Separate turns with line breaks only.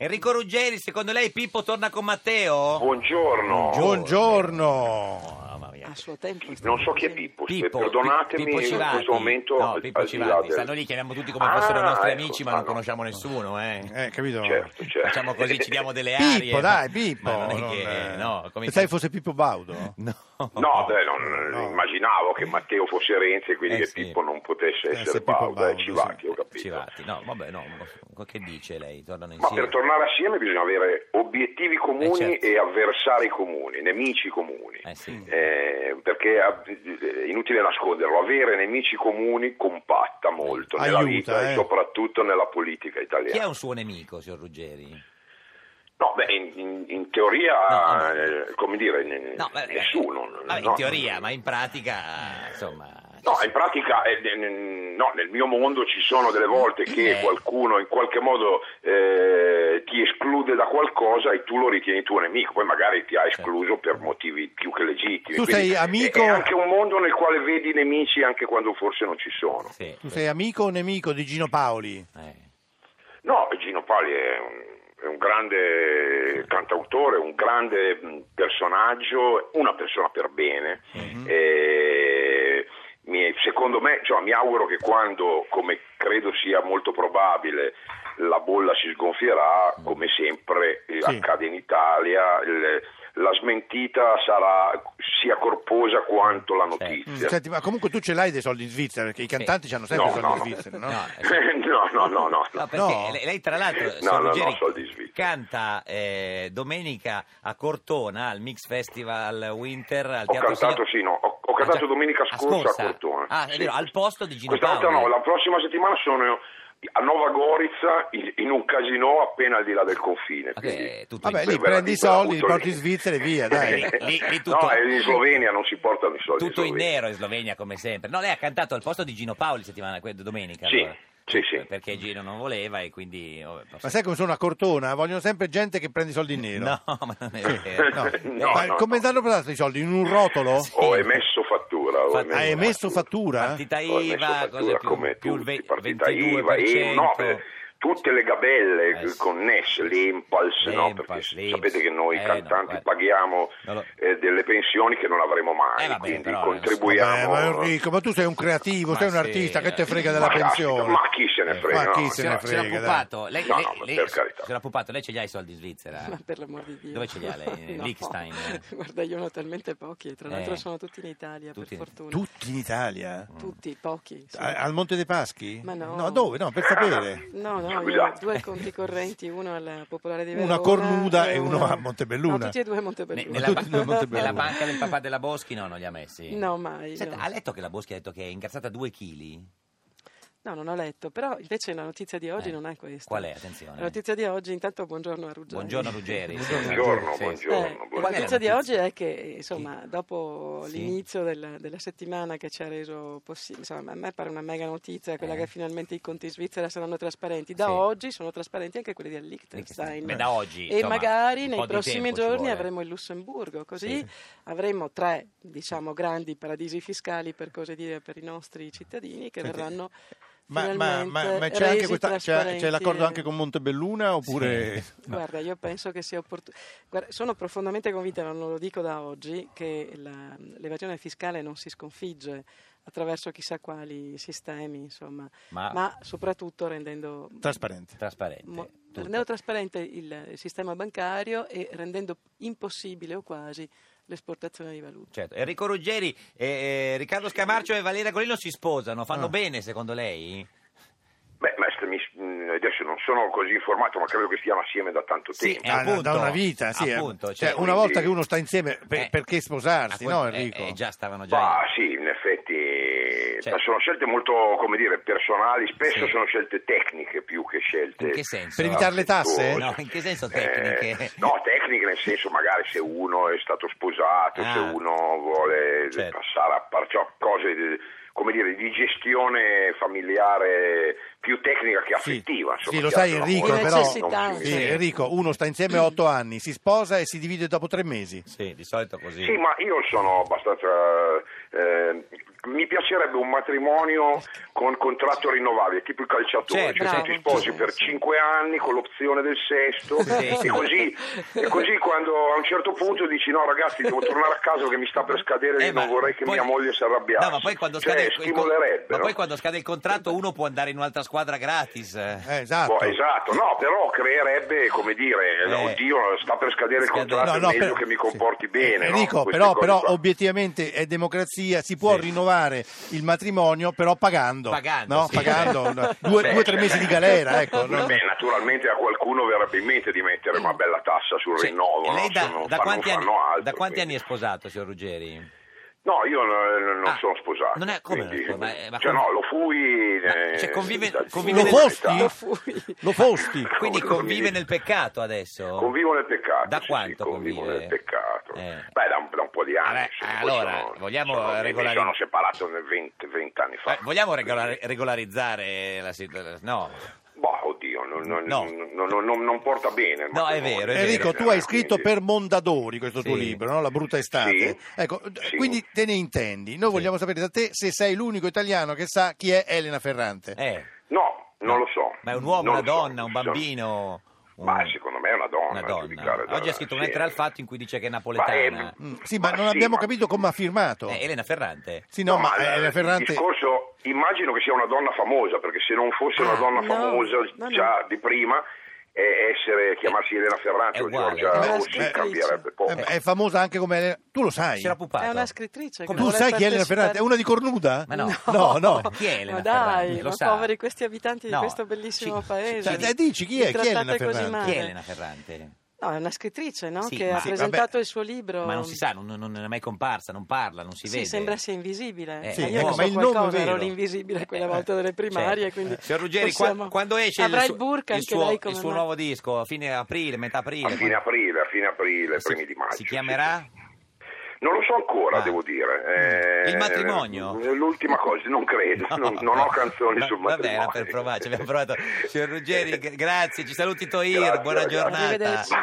Enrico Ruggeri, secondo lei Pippo torna con Matteo?
Buongiorno.
Buongiorno.
Ah, mamma mia.
A suo tempo.
Non so chi è Pippo, se-
Pippo,
perdonatemi
Pippo
in
Civati.
questo momento.
No,
al-
Pippo
al di là
Civati.
del-
Sa, noi li chiamiamo tutti come
Ah,
fossero i nostri
ecco,
amici, ma
ah,
non
no.
conosciamo nessuno, eh.
Eh, capito?
Certo, certo.
Facciamo così, ci diamo delle arie.
Pippo, dai, Pippo.
Ma non è
non,
che...
eh,
No, come...
Pensai fosse Pippo Baudo?
No.
No, beh, non,
No.
immaginavo che Matteo fosse Renzi e quindi
Eh,
che
sì.
Pippo non potesse
Eh,
essere
se Pippo
Baudo, eh,
Baudo,
Civati,
sì.
ho capito.
Civati. No, vabbè, no. co- Che dice lei? Tornano
Ma
insieme.
per tornare assieme bisogna avere obiettivi comuni
Eh, certo.
e avversari comuni, nemici comuni.
Eh, sì.
Eh, perché ah, è inutile nasconderlo, avere nemici comuni compatta molto nella
Aiuta,
vita
eh.
e soprattutto nella politica italiana.
Chi è un suo nemico, signor Ruggeri?
No, beh, in, in- in teoria,
No, no.
eh, come dire, n-
beh,
nessuno.
vabbè,
no.
in teoria, ma in pratica, insomma... ci
No,
Cioè,
sono-
in pratica, eh, n- n- no, nel mio mondo ci sono delle volte che
Eh.
qualcuno in qualche modo eh, ti esclude da qualcosa e tu lo ritieni tuo nemico, poi magari ti ha escluso per motivi più che legittimi.
Certo. Tu
Quindi
sei
è-
amico-
È anche un mondo nel quale vedi nemici anche quando forse non ci sono.
Sì,
Tu sei amico o nemico di Gino Paoli?
eh.
No, Gino Pali è un, è un grande cantautore, un grande mh, personaggio, una persona per bene.
Mhm.
E mi- secondo me, cioè, mi auguro che quando, come credo sia molto probabile, la bolla si sgonfierà,
Mm.
come sempre eh,
Sì.
accade in Italia, il- la smentita sarà sia corposa quanto la notizia.
Senti, ma Cioè, comunque tu ce l'hai dei soldi in Svizzera, perché i cantanti hanno sempre
Mm. No,
soldi
no,
in
no.
Svizzera, no?
No,
no, no, no, no.
No, perché
No.
lei, lei tra l'altro
No,
signor
no, no,
Ruggeri,
soldi svizzeri.
canta eh, domenica a Cortona al Mix Festival Winter al
Ho
Teatro
cantato,
Signor-
sì, no, ho, ho
Ah,
cantato
già.
domenica
Ah,
scorsa, a Cortona.
Ah, è
Sì.
vero, al posto di Gino
Questa volta
Paoli.
no, la prossima settimana sono a Nova Gorizia in, in un casino appena al di là del confine.
Ok,
quindi-
tutto
Vabbè,
in-
lì
Beh,
prendi i
beh, la
soldi, li
butto
porti
lì.
in Svizzera e
eh,
via, dai.
Lì- lì- lì tutto-
No, è in Slovenia non si portano i soldi.
tutto in
Slovenia.
nero in Slovenia come sempre. No, lei ha cantato al posto di Gino Paoli settimana que- domenica.
Sì,
allora.
sì, sì.
Perché Gino non voleva e quindi... oh, vabbè, posso-
Ma sai come sono a Cortona? Vogliono sempre gente che prende i soldi in nero.
No, ma non è vero.
No.
No,
Ma
no,
come
no.
ti hanno portato i soldi? In un rotolo?
Sì.
Ho emesso fattura. ho
Fa-
Hai emesso fattura?
Partita
Ho emesso
IVA, cose
fattura
più,
come
più il
tutti,
ve-
partita
22%.
IVA, e no, beh, tutte le gabelle
Eh, sì.
connesse, l'Empals, no,
L'Empals,
perché
l'Inps.
sapete che noi
Eh, no,
cantanti
guarda.
paghiamo
Non lo-
eh, delle pensioni che non avremo mai,
Eh, vabbè,
quindi
però,
Vabbè,
contribuiamo.
ma Enrico, ma tu sei un creativo,
Ma
sei un
sì,
artista, che te
eh.
frega
Ma
della
caspita,
pensione?
ma chi se ne
Eh,
frega,
Ma chi
no? Cioè,
se ne
C'era
frega? dai.
Pupato, lei,
No,
lei-
no, ma
lei-
per carità.
signora Pupato, lei ce li ha i soldi in Svizzera?
Ma per l'amor di Dio.
Dove ce li ha lei?
No.
Liechtenstein?
Guarda, io ne ho talmente pochi, e tra l'altro
Eh.
sono tutti in Italia,
Tutti in-
per fortuna.
Tutti in Italia?
Tutti, pochi. sì.
A- Al Monte dei Paschi?
Ma no.
dove? No, per sapere.
No, no, io ho
Scusate.
due conti correnti, uno alla Popolare di Verona.
Una cornuda e
uno
uno a Montebelluna.
No, tutti e due a
Ne-
Montebelluna.
nella, ba-
Tutti e due molto
nella
belli.
banca del papà della Boschi no, non li ha messi?
No, mai.
Senta,
no.
ha letto che la Boschi ha detto che è ingrassata 2 kg?
No, non ho letto, però invece la notizia di oggi
Eh,
non è questa.
qual è? Attenzione.
La notizia di oggi, intanto buongiorno a Ruggeri.
Buongiorno Ruggeri.
Buongiorno,
Sì, sì.
Eh,
buongiorno.
è
la
la
buongiorno.
notizia di
notizia?
oggi è che insomma, dopo
Sì.
l'inizio della, della settimana che ci ha reso possibile, insomma, a me pare una mega notizia quella
Eh.
che finalmente i conti in Svizzera saranno trasparenti. Da
Sì.
oggi sono trasparenti anche quelli del Liechtenstein.
Beh, da oggi,
E
insomma,
magari
un po'
nei
di
prossimi
tempo ci
giorni
vuole.
avremo il Lussemburgo, così avremo tre diciamo, grandi paradisi fiscali per così dire per i nostri cittadini che
Senti,
verranno
Ma, ma-
finalmente
ma- ma c'è,
resi
anche questa- c'è,
trasparenti
c'è l'accordo
e-
anche con Montebelluna oppure...
Guarda, io penso che sia opportuno. sono profondamente convinta, ma non lo dico da oggi, che la- l'evasione fiscale non si sconfigge attraverso chissà quali sistemi, insomma,
Ma-
ma, soprattutto rendendo
Trasparente.
Trasparente.
mo-
tutto.
rendendo trasparente il il sistema bancario e rendendo impossibile o quasi l'esportazione di valuta.
Certo. Enrico Ruggeri, eh, eh, Riccardo Scamarcio e Valeria Golino si sposano, fanno
Ah.
bene secondo lei?
Beh, ma se mi- mh, adesso non sono così informato, ma credo che stiano assieme da tanto tempo.
eh,
Ah, Da-
appunto,
da una vita, sì. eh.
appunto,
Cioè,
cioè,
una
quindi-
volta che uno sta insieme, per-
Eh,
perché sposarsi,
A quel-
no
eh,
Enrico?
eh, già stavano già...
Ma sì, in effetti
Certo.
sono scelte molto, come dire, personali, spesso
Sì.
sono scelte tecniche più che scelte.
In che senso?
Per evitare le tasse?
No, in che senso
Eh,
tecniche?
no, tecniche nel senso magari se uno è stato sposato,
Ah.
se uno vuole
Certo.
passare a par- cioè, cose eh, come dire, di gestione familiare più tecnica che
Sì.
affettiva.
Sì,
insomma,
lo
che
sai,
altro
Enrico,
non-
però-
non
Sì,
si-
Sì,
Sì.
Enrico, uno sta insieme otto anni, si sposa e si divide dopo tre mesi.
Sì, di solito così.
Sì, ma io sono abbastanza eh, mi piacerebbe un matrimonio con contratto rinnovabile, tipo i calciatori,
Certo,
cioè tu
bravo,
ti sposi
sì,
per
sì.
5 anni con l'opzione del sesto
Sì.
e, così, e così quando a un certo punto dici no ragazzi devo tornare a casa che mi sta per scadere
Eh,
e
ma
non vorrei che
poi-
mia moglie si arrabbiasse.
No, ma poi quando
Cioè,
scade il- il,
stimolerebbe.
ma
no?
poi quando scade il contratto uno può andare in un'altra squadra gratis. eh.
Eh, esatto.
Boh, esatto, no, però creerebbe, come dire,
Eh.
oddio, sta per scadere il
Scadere.
contratto, è meglio che mi comporti
Eh,
sì. Eh,
bene. no?
Enrico,
Queste
però,
cose
però
qua.
obiettivamente è democrazia, si può
Sì.
rinnovare il matrimonio, però pagando.
Pagando,
no?
sì.
Pagando, no? due,
Beh,
due o tre
beh,
mesi
beh.
di galera, ecco. no?
Beh, naturalmente a qualcuno verrebbe in mente di mettere una bella tassa sul
Cioè,
rinnovo,
lei
no?
da,
Se non
da
fa- non
quanti, anni,
fanno altro,
da quanti
quindi.
anni è sposato, signor Ruggeri?
No, io eh, non
Ah,
sono sposato.
non è- come non è
quindi-
sposato? Ma- eh, ma
cioè,
come-
no, lo fui.
Ma,
eh,
cioè, convive-
dal-
convive- Lo
fosti?
Lo-
Fui.
Lo fosti.
Quindi
Come
convive
dire?
nel peccato adesso?
Convivo nel peccato.
Da
sì,
quanto
sì, convivo
convive?
nel peccato?
Eh.
Beh, da un, da un po' di anni.
Vabbè,
sì, poi
allora,
sono-
vogliamo
sono- mi-
regolari-
Mi sono separato nel 20, 20 anni fa.
Eh, vogliamo regolari- regolarizzare la situazione? No.
Boh, oddio, non, non-
No.
non- non- non- non porta bene. il
No, è
matrimonio.
vero, è vero.
Enrico, tu hai scritto
Cioè, Quindi-
per Mondadori questo tuo
Sì.
libro, no? La brutta estate. Ecco, d-
Sì.
quindi te ne intendi. Noi vogliamo sapere da te se sei l'unico italiano che sa chi è Elena Ferrante.
Eh,
No, non lo so.
ma è un uomo,
Non
una
lo so.
donna, un bambino? un-
Ma secondo me è una donna.
Una
a
donna.
giudicare da-
Oggi ha scritto
sì.
un'altra al fatto in cui dice che è napoletana.
Ma è-
Mm, Sì, ma,
Ma
non
sì,
abbiamo
ma-
capito come ha firmato.
Eh, Elena Ferrante.
Sì, no, ma,
eh,
Elena Ferrante...
Il discorso, immagino che sia una donna famosa, perché se non fosse una
Ah,
donna
no,
famosa
no, no.
già di prima, eh, essere, chiamarsi Elena
È
Ferrante o
uguale.
Giorgia
Eh,
Rossi
eh,
cambierebbe poco.
Eh, beh, è famosa anche come Elena- tu lo sai
C'era pupato.
È una scrittrice. che
Come-
tu
vuole
sai chi è Elena Ferrante è
partecipare-
una di cornuda
Ma Eh, no.
no, no.
Chi è Elena
Ma dai,
Ferrante? Lo
ma
sa.
poveri questi abitanti di
No,
questo bellissimo
ci- cioè,
paese.
ci- Dai, dici, chi è- chi è
Trattate
Elena
così
Ferrante?
Chi
male.
è Elena Ferrante?
No, è una scrittrice, no?
Sì,
che
ma-
ha
sì,
presentato
vabbè.
il suo libro.
Ma non si sa, non, non è mai comparsa, non parla, non si
sì,
vede.
sembra sia invisibile.
Eh,
Ma
sì,
io
ecco,
ne so
ma
il
qualcosa,
nome è vero.
ero l'invisibile quella
Eh,
volta delle primarie,
certo.
quindi
Signor Ruggeri,
possiamo-
qua- quando esce
Avrà
il,
il burka
il
anche
suo,
lei come
il suo
me.
nuovo disco, a fine aprile, metà aprile.
A fine aprile, a fine aprile,
si,
primi di maggio.
si chiamerà?
Non lo so ancora,
Ah.
devo dire.
Il matrimonio?
eh, L'ultima cosa, non credo,
No.
non, non ho canzoni
Va-
sul
Vabbè,
matrimonio.
era per provarci, abbiamo provato. Signor Ruggeri, g- grazie, ci saluti Toir,
Grazie,
buona
ragazzi.
giornata.
Arrivederci.